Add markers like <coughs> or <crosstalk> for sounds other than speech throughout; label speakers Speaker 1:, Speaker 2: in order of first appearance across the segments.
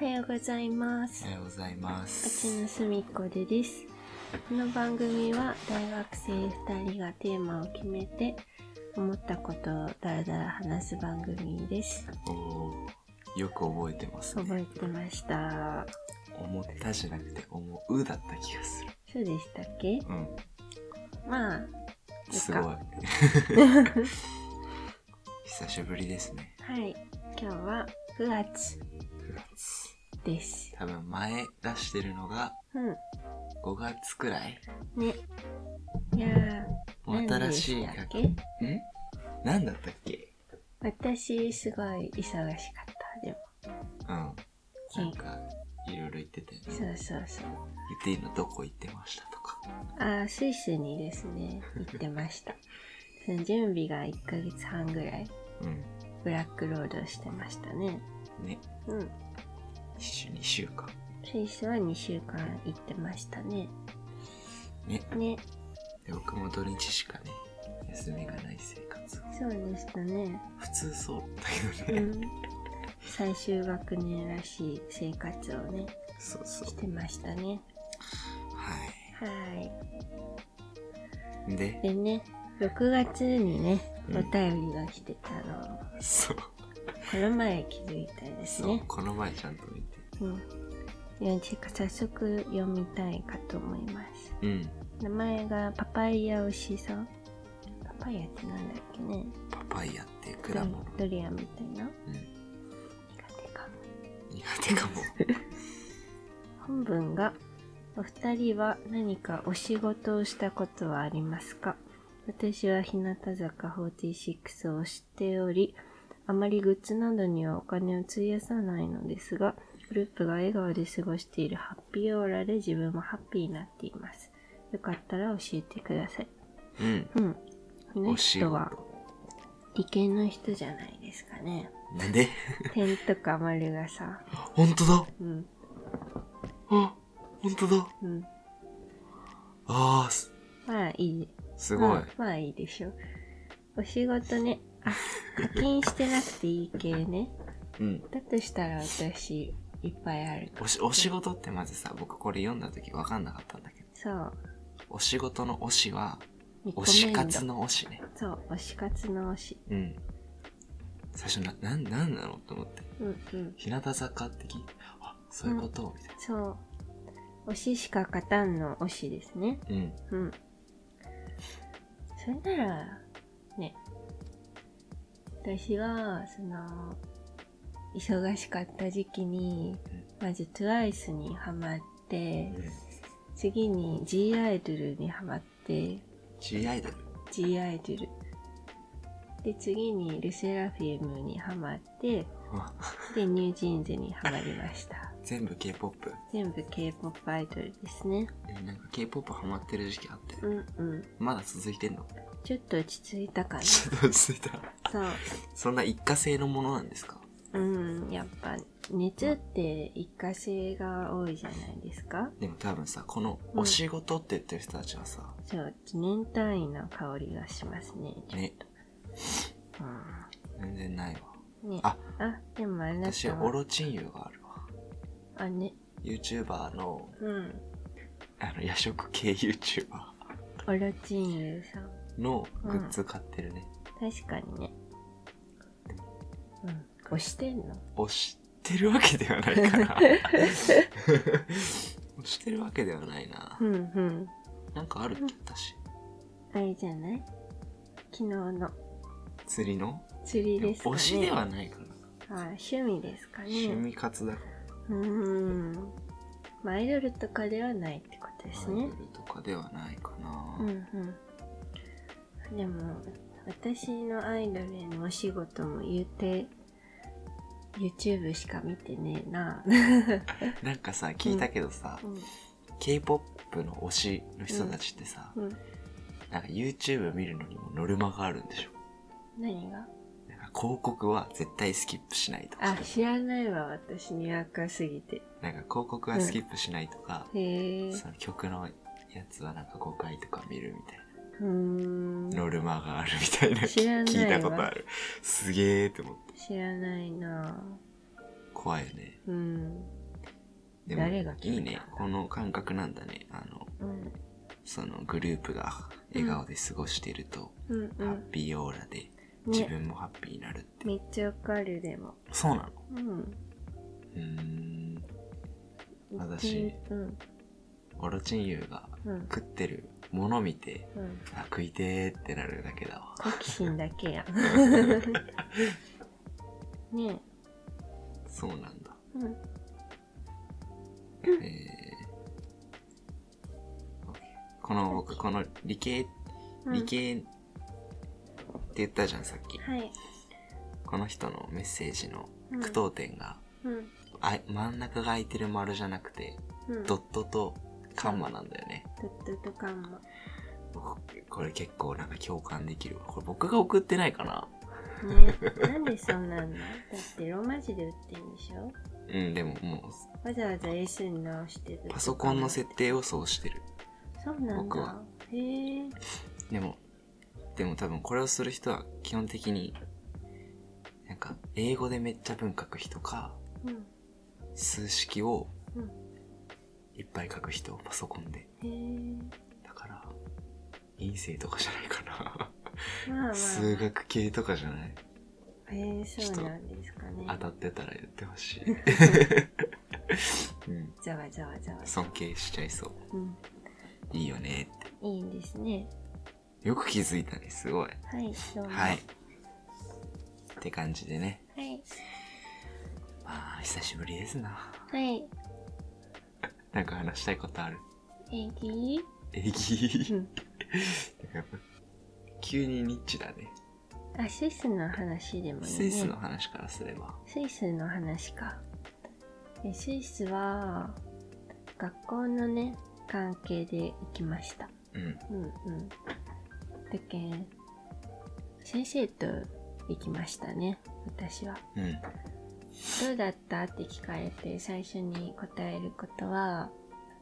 Speaker 1: おはようございます
Speaker 2: お。はようございま
Speaker 1: あち
Speaker 2: す
Speaker 1: のすみっこでです。この番組は大学生2人がテーマを決めて思ったことをだらだら話す番組です。
Speaker 2: おおーよく覚えてます
Speaker 1: 覚え
Speaker 2: ね
Speaker 1: てました。
Speaker 2: 思ったじゃなくて思うだった気がする
Speaker 1: そうでしたっけ
Speaker 2: うん
Speaker 1: まあ、
Speaker 2: すごい <laughs> 久しぶりですね
Speaker 1: はい。今日は9月
Speaker 2: 9月
Speaker 1: です。
Speaker 2: 多分前出してるのが
Speaker 1: う
Speaker 2: 5月くらい
Speaker 1: ん。ね。いやー、
Speaker 2: もう
Speaker 1: 何
Speaker 2: 新
Speaker 1: でたっ
Speaker 2: しい学
Speaker 1: け
Speaker 2: ん何だったっけ
Speaker 1: 私、すごい忙しかった。でも。
Speaker 2: うんなんかいろいろ言ってたよね
Speaker 1: そうそうそう。
Speaker 2: 言っていいのどこ行ってましたとか
Speaker 1: あースイスにですね行ってましたその準備が1ヶ月半ぐらい
Speaker 2: うん
Speaker 1: ブラックロードしてましたね
Speaker 2: ね
Speaker 1: うん
Speaker 2: 一週2週間
Speaker 1: スイスは2週間行ってましたね
Speaker 2: ね
Speaker 1: ね
Speaker 2: で僕も土日しかね休みがない生活を
Speaker 1: そうでしたね
Speaker 2: 普通そうだけ
Speaker 1: う
Speaker 2: どね、
Speaker 1: ん最終学年らしい生活をね
Speaker 2: そうそう
Speaker 1: してましたね
Speaker 2: は
Speaker 1: はー
Speaker 2: いで
Speaker 1: いでね6月にね
Speaker 2: うん
Speaker 1: お便りが来てたの、
Speaker 2: そう
Speaker 1: この前気づいたんです
Speaker 2: そう
Speaker 1: ね
Speaker 2: この前ちゃんと見て
Speaker 1: うんいやちょっと早速読みたいかと思います
Speaker 2: うん
Speaker 1: 名前がパパイヤ牛さんパパイヤってなんだっけね
Speaker 2: パパイヤっていう果物
Speaker 1: ドリアンみたいな
Speaker 2: うん
Speaker 1: 苦手か
Speaker 2: 苦
Speaker 1: <laughs>
Speaker 2: 手かも
Speaker 1: 本文がお二人は何かお仕事をしたことはありますか私は日向坂46を知っておりあまりグッズなどにはお金を費やさないのですがグループが笑顔で過ごしているハッピーオーラで自分もハッピーになっていますよかったら教えてください
Speaker 2: うん
Speaker 1: うんこの
Speaker 2: お仕
Speaker 1: 人は
Speaker 2: 事
Speaker 1: 理系の人じゃないですか
Speaker 2: <laughs>
Speaker 1: ね。
Speaker 2: なんで
Speaker 1: 点とか丸がさ、
Speaker 2: 本当だ
Speaker 1: うん、
Speaker 2: あ本当だ
Speaker 1: うん。
Speaker 2: あーす
Speaker 1: まあいい。
Speaker 2: すごい、
Speaker 1: まあ、まあいいでしょう。お仕事ね、あ、課金してなくていい系ね。
Speaker 2: うん
Speaker 1: だとしたら私、いっぱいある。
Speaker 2: おしお仕事ってまずさ僕これ読んだ時分かんなかったんだけど
Speaker 1: そう。
Speaker 2: お仕事の推しは
Speaker 1: 二個
Speaker 2: 推
Speaker 1: 目
Speaker 2: し活。の推しね
Speaker 1: そう、推し活の推し。
Speaker 2: うん最初ななんなんなのと思って
Speaker 1: うんうん。
Speaker 2: 日向坂的あそういうこと、みたい
Speaker 1: そう。推ししか勝たんの推しですね。
Speaker 2: なうん
Speaker 1: うん。それなら、ね。私は、その、忙しかった時期に、まず TWICE にハマって、次に G アイドルにハマって、
Speaker 2: G アイドル
Speaker 1: G アイドル。で、次にルセラフィムにハマって、
Speaker 2: あ
Speaker 1: で、ニュージーンズにハマりました。
Speaker 2: 全部 K-POP
Speaker 1: 全部 K-POP アイドルですね。
Speaker 2: えなんか K-POP ハマってる時期あって
Speaker 1: うんうん。
Speaker 2: まだ続いてんの <laughs>
Speaker 1: ちょっと落ち着いたかな。
Speaker 2: ちょっと落ち着いた
Speaker 1: そう。
Speaker 2: そんな一過性のものなんですか
Speaker 1: うん、やっぱ熱って一過性が多いじゃないですか。
Speaker 2: でも多分さこの
Speaker 1: うん
Speaker 2: お仕事って言ってる人たちはさ、
Speaker 1: そう、記念単位の香りがしますね。
Speaker 2: ね
Speaker 1: う
Speaker 2: 全然ないわ
Speaker 1: ん、ね
Speaker 2: あ
Speaker 1: でもあな
Speaker 2: 私
Speaker 1: た
Speaker 2: はオ
Speaker 1: は
Speaker 2: ロチンユがあるわ
Speaker 1: あね、
Speaker 2: YouTuber の
Speaker 1: うん、
Speaker 2: あの夜食系 YouTuber
Speaker 1: オロチンユーさん、
Speaker 2: のグッズ買ってるね、
Speaker 1: 確かにね。うん、押して
Speaker 2: <laughs>
Speaker 1: んの。
Speaker 2: 押してるわけではないから
Speaker 1: <laughs>
Speaker 2: 押してるわけではないな
Speaker 1: うんうん、
Speaker 2: なんかあるって言ったし
Speaker 1: あれじゃない？昨日の
Speaker 2: 釣りの
Speaker 1: 釣りですかね。
Speaker 2: 推しではないから、
Speaker 1: あ、趣味ですかね。
Speaker 2: 趣味活だから
Speaker 1: うーん、まあアイドルとかではないってことです
Speaker 2: ア
Speaker 1: ね
Speaker 2: イ。ドルとかではないかな、
Speaker 1: うんうん、でも私のアイドルへのお仕事も言うて YouTube しか見てねえな、
Speaker 2: なんかさ聞いたけどさ、k p o p の推しの人たちってさ、
Speaker 1: うんうん、
Speaker 2: なんか YouTube 見るのにもノルマがあるんでしょ
Speaker 1: 何が
Speaker 2: なんか広告は絶対スキップしないとか
Speaker 1: あ知らないわ私にわかすぎて
Speaker 2: なんか広告はスキップしないとか、
Speaker 1: へえ
Speaker 2: その曲のやつはなんか5回とか見るみたいな
Speaker 1: うーん
Speaker 2: ノルマがあるみたいな
Speaker 1: 知らないわ
Speaker 2: 聞いたことあるすげえって思って
Speaker 1: 知らないな
Speaker 2: 広怖いよね。
Speaker 1: うん。
Speaker 2: でも、
Speaker 1: 誰が決め
Speaker 2: い
Speaker 1: たん
Speaker 2: い
Speaker 1: だ
Speaker 2: ね。この感覚なんだね。あの、
Speaker 1: うん。
Speaker 2: そのグループが笑顔で過ごしてると、
Speaker 1: うんう
Speaker 2: ハ
Speaker 1: ん
Speaker 2: ッ。ピーオーラで、自
Speaker 1: ね、
Speaker 2: 分もハッピーになるって。
Speaker 1: めっちゃわかる、でも。
Speaker 2: そうなの
Speaker 1: うん。
Speaker 2: うーん。私
Speaker 1: うん。
Speaker 2: オロチンユーが
Speaker 1: うん。
Speaker 2: 食ってるもの見て、
Speaker 1: うん。
Speaker 2: あ、食いてーってなるだけだわ。
Speaker 1: 好奇心だ <laughs> けやん。ね
Speaker 2: そうなんだ。
Speaker 1: え。うん。
Speaker 2: えー、この僕、この理系、
Speaker 1: うん
Speaker 2: 理系って言ったじゃん、さっき。
Speaker 1: はい。
Speaker 2: この人のメッセージの
Speaker 1: うん
Speaker 2: 句読点が、
Speaker 1: うん。
Speaker 2: あ真ん中が空いてる丸じゃなくて、
Speaker 1: うん。
Speaker 2: ドットとカンマなんだよね。
Speaker 1: ドットとカン
Speaker 2: <laughs>
Speaker 1: マ。
Speaker 2: 僕これ結構なんか共感できるわ。これ僕が送ってないかな
Speaker 1: ね。なんでそんなんのだってローマ字で打ってんでしょ
Speaker 2: うん、でもも
Speaker 1: わざわざ S に直してる
Speaker 2: う、パソコンの設定をそうしてる。
Speaker 1: そうなん
Speaker 2: 僕
Speaker 1: だ
Speaker 2: は。
Speaker 1: へえ。
Speaker 2: でも、でも多分これをする人は基本的に、なんか、英語でめっちゃ文書く人か、
Speaker 1: うん。
Speaker 2: 数式を
Speaker 1: うん。
Speaker 2: いっぱい書く人、パソコンで。
Speaker 1: へえ。
Speaker 2: だから、陰性とかじゃないか
Speaker 1: まあまあ。
Speaker 2: な。数学系とかじゃない。
Speaker 1: へえ、そうなんですかね。
Speaker 2: 当たってたら言ってほしい。 <laughs> うん、
Speaker 1: ざわざわざわ。
Speaker 2: 尊敬しちゃいそう。
Speaker 1: うん。
Speaker 2: いいよねっ
Speaker 1: いいんですね。
Speaker 2: て。よく気づいたね、すごい。
Speaker 1: はい、どうも。
Speaker 2: はい。って感じでね。
Speaker 1: はい。
Speaker 2: まあ、久しぶりですな。
Speaker 1: はい。
Speaker 2: なんか話したいことある。
Speaker 1: 平気
Speaker 2: えぎ
Speaker 1: うん。
Speaker 2: 急にニッチだね。
Speaker 1: あ、スイスの話でもいいね。
Speaker 2: スイスの話からすれば。
Speaker 1: スイスの話か。えスイスは、学校のね、関係で行きました。
Speaker 2: うん。
Speaker 1: うんうん。だけん、先生と行きましたね、私は。
Speaker 2: うん。
Speaker 1: どうだったって聞かれて最初に答えることは、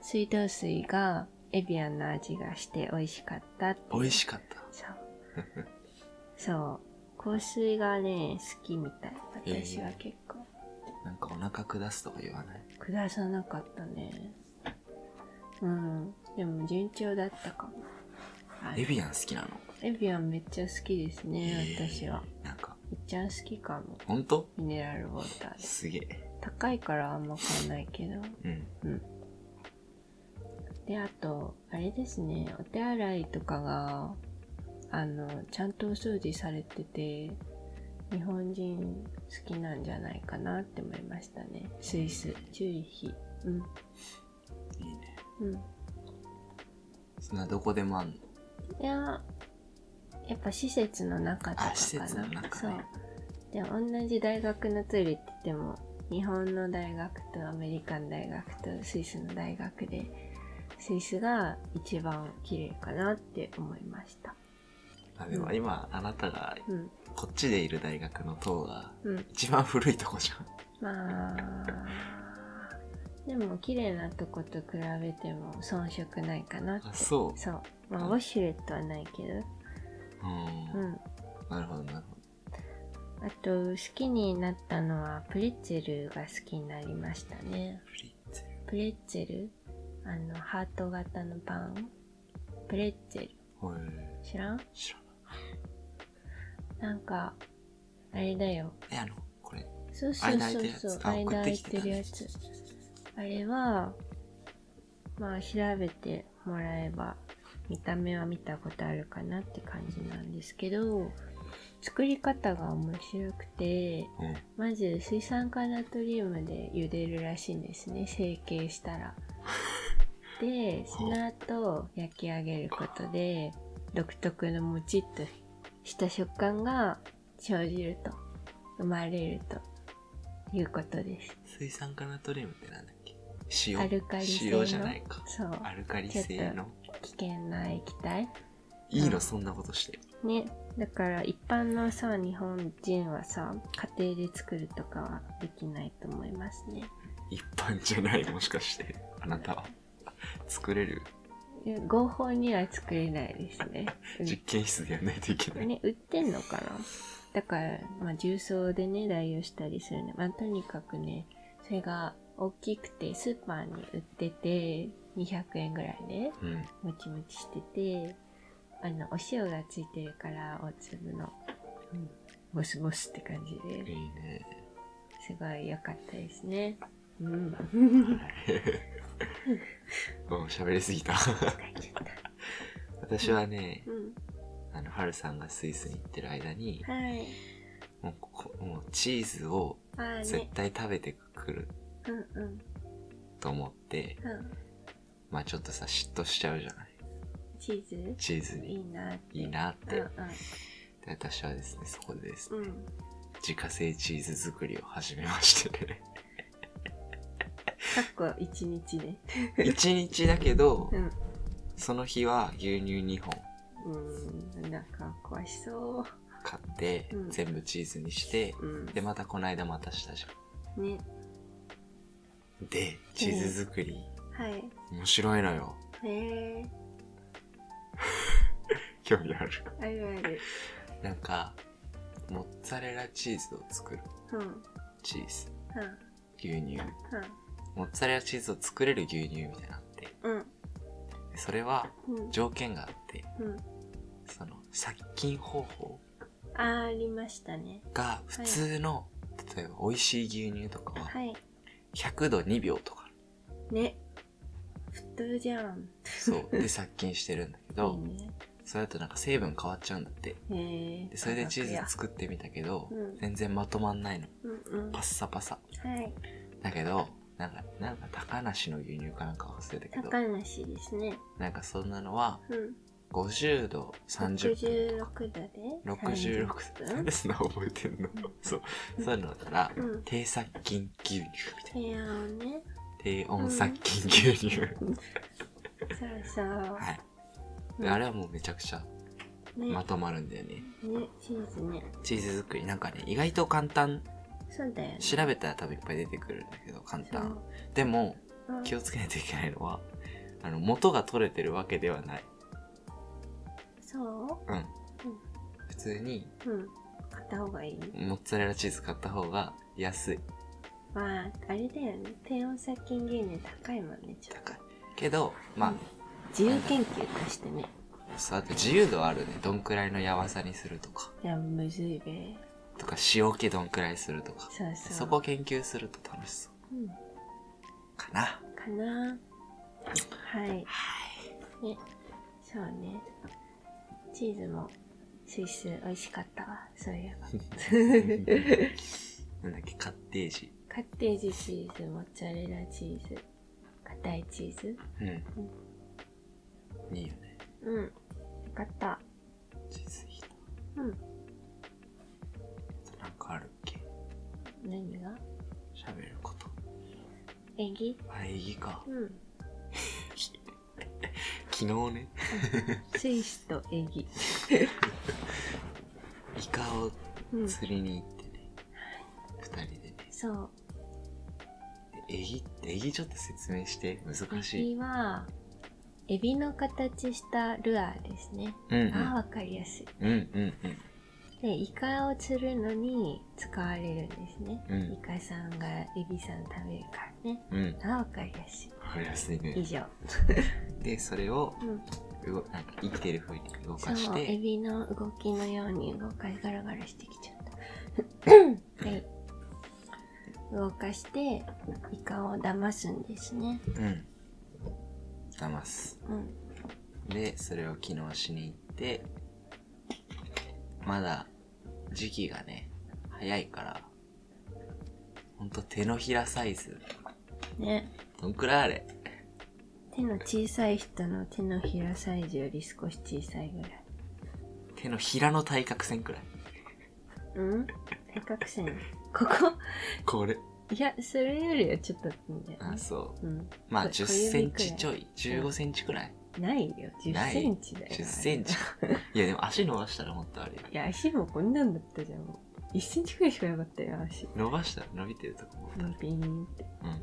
Speaker 1: 水道水がエビアンの味がして美味しかったって。
Speaker 2: 美味し
Speaker 1: か
Speaker 2: かっ
Speaker 1: っ
Speaker 2: た。
Speaker 1: た。そう。そう。香水がね、好きみたい。私は結構。
Speaker 2: なんかお腹下すとか言わない。
Speaker 1: 下さなかったね。うん。でも順調だったかも。はい
Speaker 2: エビアン好きなの
Speaker 1: エビアンめっちゃ好きですね、私は。。
Speaker 2: えーなんか、
Speaker 1: めっちゃ好きかも。
Speaker 2: ほんと
Speaker 1: ミネラルウォーターです。
Speaker 2: すげえ。
Speaker 1: 高いからあんま買わないけど。
Speaker 2: うん。
Speaker 1: で、あと、あれですね、お手洗いとかが、あの、ちゃんとお掃除されてて、日本人好きなんじゃないかなって思いましたね。スイス、チューリヒ。うん、
Speaker 2: いいね。
Speaker 1: うん。
Speaker 2: そんなどこでもあんの。
Speaker 1: いや、やっぱ施設の中とかかな。
Speaker 2: あ施設の中ね
Speaker 1: そう。で、同じ大学のトイレって言っても、日本の大学とアメリカの大学とスイスの大学で、スイスが一番綺麗かなって思いました。
Speaker 2: あ、でも今、あなたが、
Speaker 1: うん、
Speaker 2: こっちでいる大学の塔が、
Speaker 1: うん。
Speaker 2: 一番古いとこじゃん。 <laughs>
Speaker 1: まあ、でも綺麗なとこと比べても遜色ないかなって。
Speaker 2: あ、そ
Speaker 1: そう。まあ、ウォシュレットはないけど、
Speaker 2: う。うん。
Speaker 1: うん。
Speaker 2: なるほど、なるほ
Speaker 1: あと、好きになったのは、プレッツェルが好きになりましたね
Speaker 2: ど。。フリッツェル。
Speaker 1: プレッツェルあの、ハート型のパン。プレッツェル。
Speaker 2: ほえ
Speaker 1: 知らん
Speaker 2: ー、知らな
Speaker 1: なんか、あれだよ。
Speaker 2: い。え、あの、これ。
Speaker 1: そうそうそうそう。間
Speaker 2: 間空
Speaker 1: 空
Speaker 2: い
Speaker 1: い
Speaker 2: て
Speaker 1: て
Speaker 2: る
Speaker 1: る
Speaker 2: や
Speaker 1: や
Speaker 2: つ
Speaker 1: つ。あれは、まあ、調べてもらえば、見た目は見たことあるかなって感じなんですけど、作り方が面白くて、
Speaker 2: うん。
Speaker 1: まず水酸化ナトリウムで茹でるらしいんですね成形したらでその後焼き上げることで独特のもちっとした食感が生じると生まれるということです
Speaker 2: 水酸化ナトリウムってなんだっけ塩
Speaker 1: アルカリ性の
Speaker 2: 塩じゃないか
Speaker 1: そう
Speaker 2: アルカリ性の
Speaker 1: 危険な液体
Speaker 2: いいのそんなことして
Speaker 1: ねだから一般のさ日本人はさ家庭で作るとかはできないと思いますね
Speaker 2: 一般じゃないもしかしてあなたは作れる
Speaker 1: いや合法には作れないですね。
Speaker 2: 実験室でやらないといけない。
Speaker 1: ね、売ってんのかなだから、まあ、重曹でね、代用したりするね。まあ、とにかくね、それが大きくて、スーパーに売ってて、200円ぐらいね、
Speaker 2: うん。
Speaker 1: もちもちしてて、あの、お塩がついてるから、大粒の、うん、もしもしって感じ
Speaker 2: い
Speaker 1: で、
Speaker 2: いね。
Speaker 1: すごい良かったですね。うん。
Speaker 2: もう喋りすぎた。 <laughs>
Speaker 1: 疲れちゃった
Speaker 2: 私はね、
Speaker 1: うん。
Speaker 2: あの、はるさんがスイスに行ってる間に、
Speaker 1: はい。
Speaker 2: もうこ、もうチーズを
Speaker 1: ああ
Speaker 2: 絶
Speaker 1: ね。
Speaker 2: 対食べてくる
Speaker 1: うんうん。
Speaker 2: と思って、
Speaker 1: うん。
Speaker 2: まあちょっとさ、嫉妬しちゃうじゃない。
Speaker 1: チーズ
Speaker 2: チーズ
Speaker 1: い
Speaker 2: に
Speaker 1: いなって。
Speaker 2: いいなっ
Speaker 1: うん
Speaker 2: て。
Speaker 1: う
Speaker 2: で私はですね、そこでですね、
Speaker 1: ん。うん。
Speaker 2: 自家製チーズ作りを始めましてね。 <laughs>
Speaker 1: かっこ一日ね。
Speaker 2: 1日だけど
Speaker 1: う、ん。
Speaker 2: その日は牛乳2本
Speaker 1: うーん、なんか壊しそ
Speaker 2: 買って、
Speaker 1: うん
Speaker 2: 全部チーズにして、
Speaker 1: う。うん。
Speaker 2: で、またこの間またしたじゃ
Speaker 1: ね。
Speaker 2: ん。で、チーズ作り、
Speaker 1: はい。
Speaker 2: 面白いのよ。
Speaker 1: へえ
Speaker 2: 興味ある。
Speaker 1: あるある。
Speaker 2: なんか、モッツァレラチーズを作る。
Speaker 1: うん。
Speaker 2: チーズ。
Speaker 1: う
Speaker 2: 牛乳。モッツァレラチーズを作れる牛乳みたいなのあって。
Speaker 1: ん。うん。
Speaker 2: でそれは
Speaker 1: うん。
Speaker 2: 条件があって、
Speaker 1: うん。
Speaker 2: その殺菌方法
Speaker 1: あー、ありましたね。
Speaker 2: が普通の、例えば美味しい牛乳とかは
Speaker 1: はい。
Speaker 2: 100度2秒とか。
Speaker 1: ね。太るじゃん。
Speaker 2: そう。で殺菌してるんだけど、
Speaker 1: いいね。
Speaker 2: それだとなんか成分変わっちゃうんだって。
Speaker 1: へえ
Speaker 2: で、それでチーズ
Speaker 1: ズ。
Speaker 2: 作ってみたけど、
Speaker 1: うん
Speaker 2: 全然まとまんないの。
Speaker 1: うんうん。
Speaker 2: パッ
Speaker 1: は
Speaker 2: サパサ。
Speaker 1: い。
Speaker 2: だけど、なんか、なんか高梨の牛乳かなんか忘れたけど、
Speaker 1: 高梨ですね。
Speaker 2: なんかそんなのは
Speaker 1: うん。
Speaker 2: 50度30分とか。
Speaker 1: 66だで。
Speaker 2: 66
Speaker 1: 分
Speaker 2: なんでそんな覚えてんの
Speaker 1: ん
Speaker 2: そう。そういうのだから、
Speaker 1: うん
Speaker 2: 低殺菌牛乳みたいな。
Speaker 1: 部屋をね。
Speaker 2: 低温殺菌牛乳。
Speaker 1: そうそう。
Speaker 2: は
Speaker 1: う
Speaker 2: い。
Speaker 1: ん
Speaker 2: であれはもうめちゃくちゃ
Speaker 1: ね。
Speaker 2: まとまるんだよね。
Speaker 1: ね、チーズね。
Speaker 2: チーズ作り、なんかね、意外と簡単。
Speaker 1: そうだよね。
Speaker 2: 調べたら多分いっぱい出てくるんだけど、簡
Speaker 1: そう
Speaker 2: 単。でも、
Speaker 1: うん
Speaker 2: 気をつけないといけないのは、あの、元が取れてるわけではない。
Speaker 1: そう
Speaker 2: うん。普通に、
Speaker 1: うん。買った方がいい。
Speaker 2: モッツァレラチーズ買った方が安い。
Speaker 1: まあ、あれだよね。低温殺菌牛乳高いもんね、ちょっと
Speaker 2: 高い。けど、まあ、
Speaker 1: うん自由研究としてね。
Speaker 2: そうあと自由度はあるね。どんくらいのやわさにするとか。
Speaker 1: いや、むずいべ。
Speaker 2: とか、塩気どんくらいするとか。
Speaker 1: そうそう。
Speaker 2: そこを研究すると楽しそう。
Speaker 1: うん。
Speaker 2: か
Speaker 1: <laughs>
Speaker 2: な。
Speaker 1: かなはい。
Speaker 2: はい。
Speaker 1: ね。そうね。チーズも、スイス美味しかったわ。そういえば。 <laughs>
Speaker 2: なんだっけ、カッテージ。
Speaker 1: カッテージチーズ、モッツァレラチーズ、硬いチーズ。
Speaker 2: うん。いいよね。
Speaker 1: うん。よかった。
Speaker 2: チーズいいな。
Speaker 1: うん。
Speaker 2: あとなんかあるっけ
Speaker 1: 何が
Speaker 2: 喋ること。
Speaker 1: 演技
Speaker 2: あれ、いいか。
Speaker 1: うん。
Speaker 2: 昨日ね、
Speaker 1: スイスと演技。
Speaker 2: イカを
Speaker 1: うん。
Speaker 2: 釣りに行ってね、二人でね。
Speaker 1: そう。
Speaker 2: でエギ、エギちょっと説明して、難
Speaker 1: エ
Speaker 2: しい。
Speaker 1: ビはエビの形したルアーですね、
Speaker 2: うんう
Speaker 1: ああ
Speaker 2: ん。
Speaker 1: わかりやすい
Speaker 2: うんうんうん。
Speaker 1: でイカを釣るのに使われるんですね、
Speaker 2: うん
Speaker 1: イカさんがエビさん食べるからね
Speaker 2: うん。
Speaker 1: ああわかりやす
Speaker 2: わかりやすい
Speaker 1: い以
Speaker 2: ね。
Speaker 1: 上、
Speaker 2: で、それを、
Speaker 1: うん、
Speaker 2: うごなんか生きてる風に動かし
Speaker 1: そうエ
Speaker 2: て、
Speaker 1: ビの動きのように動かしガラガラしてきちゃ
Speaker 2: <coughs>
Speaker 1: ったはい動かしてイカを騙すんですね
Speaker 2: うん。騙す。
Speaker 1: うん
Speaker 2: で、それを昨日しに行って、まだ時期がね、早いから、ほんと手のひらサイズ。
Speaker 1: ね
Speaker 2: どんくらいあれ
Speaker 1: 手の小さい人の手のひらサイズより少し小さいぐらい
Speaker 2: 手のひらの対角線くらい。
Speaker 1: うん対角線。ここ <laughs>
Speaker 2: これ。
Speaker 1: いや、それよりはちょっといいんだよ
Speaker 2: あ、
Speaker 1: ね。
Speaker 2: そう。
Speaker 1: うん。
Speaker 2: まあ、
Speaker 1: こ小指
Speaker 2: 10セン
Speaker 1: くらい
Speaker 2: チちょい。15センチくらい。
Speaker 1: ないよ。10センチだよ。
Speaker 2: 10センチ。いや、でも足伸ばしたらもっとあれよ。
Speaker 1: いや、足もこんなんだったじゃん。もう1センチくらいしかなかったよ、足。
Speaker 2: 伸ばしたら伸びてるとこも
Speaker 1: ピンピンって。
Speaker 2: うん。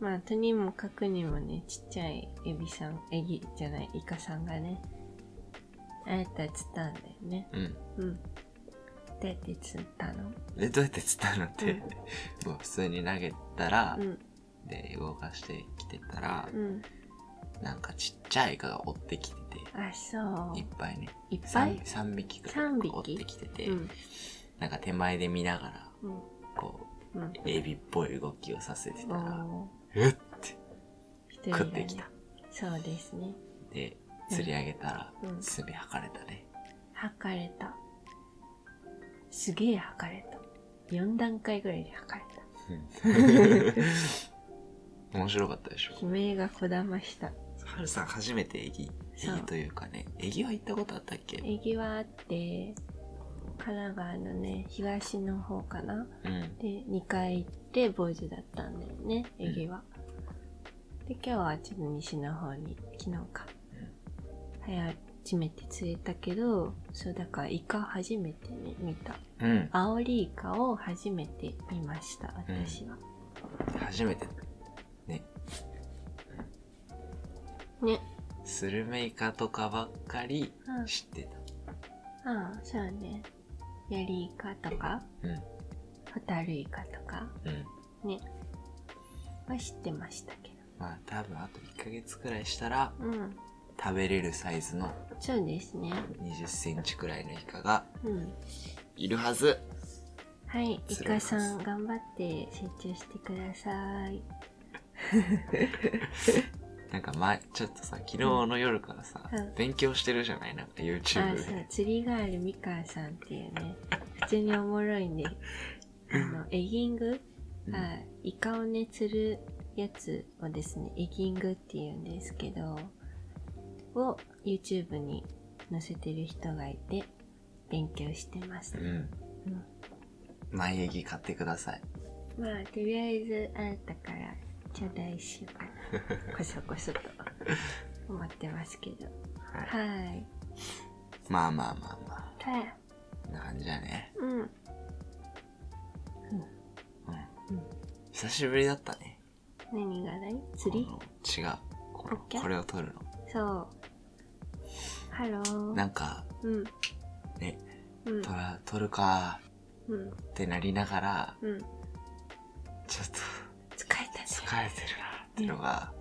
Speaker 1: まあとにもかくにもねちっちゃいエビさんエビじゃないイカさんがねあえて釣ったんだよね
Speaker 2: うん。
Speaker 1: うんどうやって釣ったの
Speaker 2: で、どうやって釣ったのって、
Speaker 1: うん
Speaker 2: <laughs> もう普通に投げたら、
Speaker 1: うん
Speaker 2: で、動かしてきてたら、
Speaker 1: うん
Speaker 2: なんかちっちゃいイカが追ってきてて、
Speaker 1: あそう
Speaker 2: いっぱいね。
Speaker 1: いっぱい
Speaker 2: 3, 三匹くら
Speaker 1: 三
Speaker 2: い
Speaker 1: 匹
Speaker 2: 追ってきてて、
Speaker 1: うん
Speaker 2: なんか手前で見ながら、
Speaker 1: うん
Speaker 2: こ
Speaker 1: うん
Speaker 2: う、エビっぽい動きをさせて
Speaker 1: お
Speaker 2: たら、
Speaker 1: ー
Speaker 2: うっって
Speaker 1: 一人が
Speaker 2: 食
Speaker 1: ね
Speaker 2: ってきた。
Speaker 1: そうですね
Speaker 2: で、釣り上げたら
Speaker 1: う、ん
Speaker 2: 爪吐かれたね。
Speaker 1: 測れたすげえ測れた4段階ぐらいで測れた
Speaker 2: <laughs> 面白かったでしょ。
Speaker 1: 悲鳴がこだました
Speaker 2: はるさん初めてエギ、エ
Speaker 1: そう
Speaker 2: ギというかね、エギは行ったことあったっけ
Speaker 1: えぎはあって神奈川のね東の方かな
Speaker 2: うん。
Speaker 1: で2回行って坊主だったんだよねえぎは、で今日はちょっと西の方に昨日か早初めて釣れたけどそうだからイカ初めてね見た
Speaker 2: うん。
Speaker 1: アオリイカを初めて見ました私は、
Speaker 2: 初めて、ね、
Speaker 1: ね
Speaker 2: スルメイカとかばっかり
Speaker 1: うん
Speaker 2: 知って
Speaker 1: ああそうねヤリイカとか
Speaker 2: た。うん。
Speaker 1: ホタルイカとか
Speaker 2: うん。
Speaker 1: ねは知ってましたけ
Speaker 2: まあ多分あと1ヶ月くらいしたら、
Speaker 1: どうん
Speaker 2: 食べれるサイズの
Speaker 1: そうですね
Speaker 2: 20センチくらいのイカが
Speaker 1: うん
Speaker 2: いるはず。
Speaker 1: はいイ
Speaker 2: 釣れ
Speaker 1: カ
Speaker 2: ます
Speaker 1: さん頑張って成長してください
Speaker 2: なんか前、ちょっとさ、昨日の夜からさ、
Speaker 1: うん
Speaker 2: 勉強してるじゃないなんか
Speaker 1: あ
Speaker 2: YouTube
Speaker 1: そう
Speaker 2: で。
Speaker 1: 釣りガールみかんさんっていうね普通におもろいんであのエギング
Speaker 2: うん
Speaker 1: あイカをね釣るやつをですねエギングっていうんですけどを YouTube に載せてる人がいて勉強してます、
Speaker 2: うん。
Speaker 1: うん
Speaker 2: 前エギ買ってください。
Speaker 1: まあとりあえずあなたから頂戴しようか
Speaker 2: <laughs>
Speaker 1: なこそこそと思ってますけど
Speaker 2: はい。
Speaker 1: はい
Speaker 2: まあまあまあまあ。
Speaker 1: ただ
Speaker 2: こんな感じだね。
Speaker 1: うん
Speaker 2: うん。
Speaker 1: うん
Speaker 2: 久しぶりだったね。
Speaker 1: 何がない釣り
Speaker 2: この違う。この
Speaker 1: ポッキャ
Speaker 2: これを撮る
Speaker 1: そうハロ
Speaker 2: の。
Speaker 1: ー
Speaker 2: なんか、
Speaker 1: うん
Speaker 2: ね、
Speaker 1: うん
Speaker 2: 撮ら、撮るか
Speaker 1: うん
Speaker 2: ーってなりながら、
Speaker 1: うん
Speaker 2: ちょっと
Speaker 1: 疲れたね
Speaker 2: 疲れてるなーっていうのが、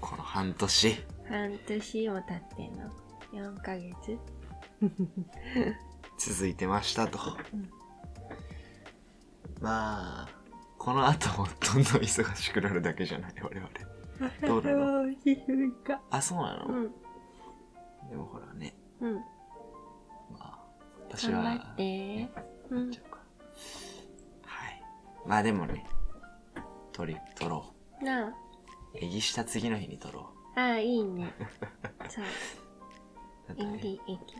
Speaker 2: この半年。
Speaker 1: 半年も経ってんの4ヶ月
Speaker 2: 続いてましたと、
Speaker 1: うん
Speaker 2: まあこの後もどんどん忙しくなるだけじゃない我々どう
Speaker 1: <laughs>
Speaker 2: なの
Speaker 1: の皮膚科
Speaker 2: あそうなの、
Speaker 1: うん
Speaker 2: でもほらね
Speaker 1: うん
Speaker 2: まあ私
Speaker 1: 頑
Speaker 2: は
Speaker 1: 張ってうん
Speaker 2: ちゃうかはいまあでもね取り取ろ
Speaker 1: なあ
Speaker 2: うえぎした次の日に取ろ
Speaker 1: ああいい
Speaker 2: <laughs>
Speaker 1: ねそう
Speaker 2: うだって
Speaker 1: 演
Speaker 2: ね
Speaker 1: 技演技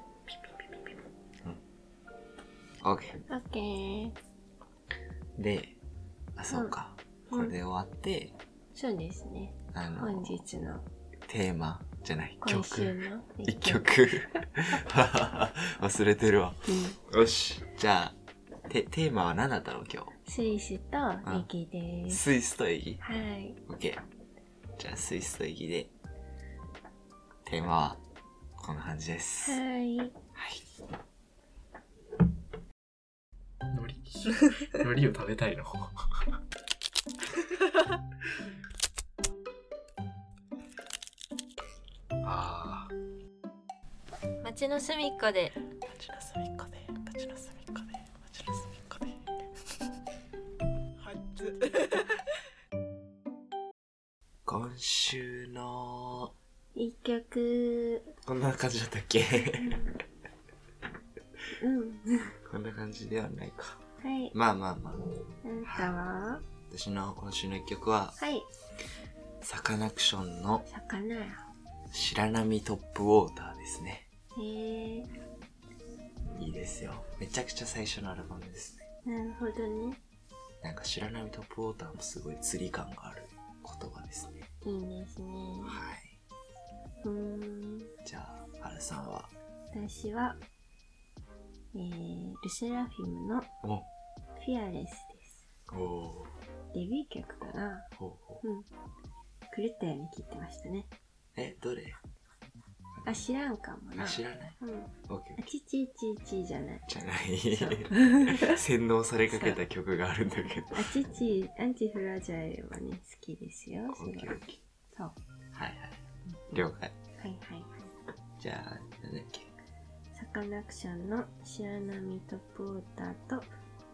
Speaker 2: OK
Speaker 1: オッケー
Speaker 2: であそうか、
Speaker 1: うん
Speaker 2: これで終わって
Speaker 1: そうですね
Speaker 2: あ
Speaker 1: 本
Speaker 2: の
Speaker 1: 日の
Speaker 2: テーマじゃない
Speaker 1: 今週
Speaker 2: 曲
Speaker 1: の
Speaker 2: 一曲 <laughs> 忘れてるわ
Speaker 1: うん
Speaker 2: よし。じゃあ、テ、テーマは何だったの今
Speaker 1: スイスとネギで
Speaker 2: 日。
Speaker 1: す
Speaker 2: スイスとエギ。
Speaker 1: はい
Speaker 2: オッケー。じゃあ、スイスとエギで、テーマは、こんな感じです。はい。
Speaker 1: はい
Speaker 3: 海苔海苔を食べた
Speaker 2: <laughs>
Speaker 3: いのあー
Speaker 1: 街の隅っこで
Speaker 3: 立ちなすみっこで立ちなすみっこで立ちなすみっこで
Speaker 2: 今週の、
Speaker 1: 一曲
Speaker 2: こんな感じだったっけ <laughs>
Speaker 1: うん
Speaker 2: こんな感じではないか。
Speaker 1: はい
Speaker 2: まあまあまあ。
Speaker 1: あなたは
Speaker 2: 私の今週の一曲は、
Speaker 1: はい
Speaker 2: サカナクションの
Speaker 1: 魚や
Speaker 2: 白波トップウォーターですね。
Speaker 1: へえ
Speaker 2: いいですよ。めちゃくちゃ最初のアルバムですね。
Speaker 1: なるほどね
Speaker 2: なんか白波トップウォーターもすごい釣り感がある言葉ですね。
Speaker 1: いいですね
Speaker 2: はい。
Speaker 1: うーん
Speaker 2: じゃあ、はるさんは。
Speaker 1: 私は、えー、ルセラフィムの
Speaker 2: お
Speaker 1: フィアレスです
Speaker 2: お
Speaker 1: デビュー曲かな
Speaker 2: ほうほう。
Speaker 1: うん狂ったように聴いてましたね
Speaker 2: え、どれ
Speaker 1: あ知らんかもな
Speaker 2: あ知らない。
Speaker 1: うん
Speaker 2: オッケーオッ
Speaker 1: あ
Speaker 2: ケ
Speaker 1: ちちちちじゃない
Speaker 2: <laughs> ー。じゃな
Speaker 1: そう
Speaker 2: い。洗脳されかけた曲があるんだけど。
Speaker 1: あちちアンチフラジャイルはね好きですよす
Speaker 2: オ
Speaker 1: ご
Speaker 2: ッ
Speaker 1: い
Speaker 2: ケーオッケ
Speaker 1: そうは
Speaker 2: ー。はいはい。了解。
Speaker 1: いはいはい
Speaker 2: じゃあ、なんだっけ。
Speaker 1: サカナクションの白波トップウォーターと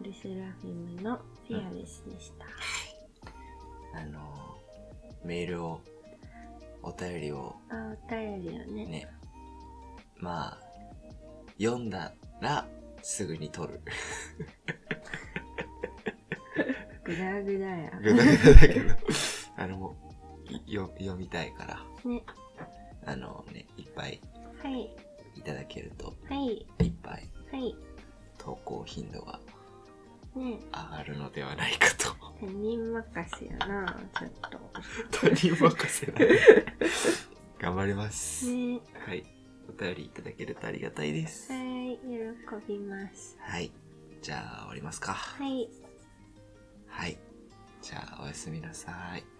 Speaker 1: ルセラフィムのフィアレスでした、
Speaker 2: あのー、メールを、お便りを
Speaker 1: あお便りをね
Speaker 2: ね、まあ、読んだら、すぐに撮る。
Speaker 1: グダグダや
Speaker 2: ぐだぐだだけど、 <laughs> あの、もう、よ、読みたいから、
Speaker 1: ね
Speaker 2: あのね、いっぱい
Speaker 1: はい
Speaker 2: いただけると、
Speaker 1: はい
Speaker 2: いっぱい
Speaker 1: はい
Speaker 2: 投稿頻度が
Speaker 1: ね
Speaker 2: 上がるのではないか
Speaker 1: <laughs>
Speaker 2: と。
Speaker 1: 他人任せやなちょっ
Speaker 2: 他人任せない。頑張りま
Speaker 1: と
Speaker 2: す。
Speaker 1: ね
Speaker 2: はい。お便りいただけるとありがたいです。
Speaker 1: はい喜びます
Speaker 2: はい。じゃあ、終わりますか。
Speaker 1: はい
Speaker 2: はい。じゃあ、おやすみなさい。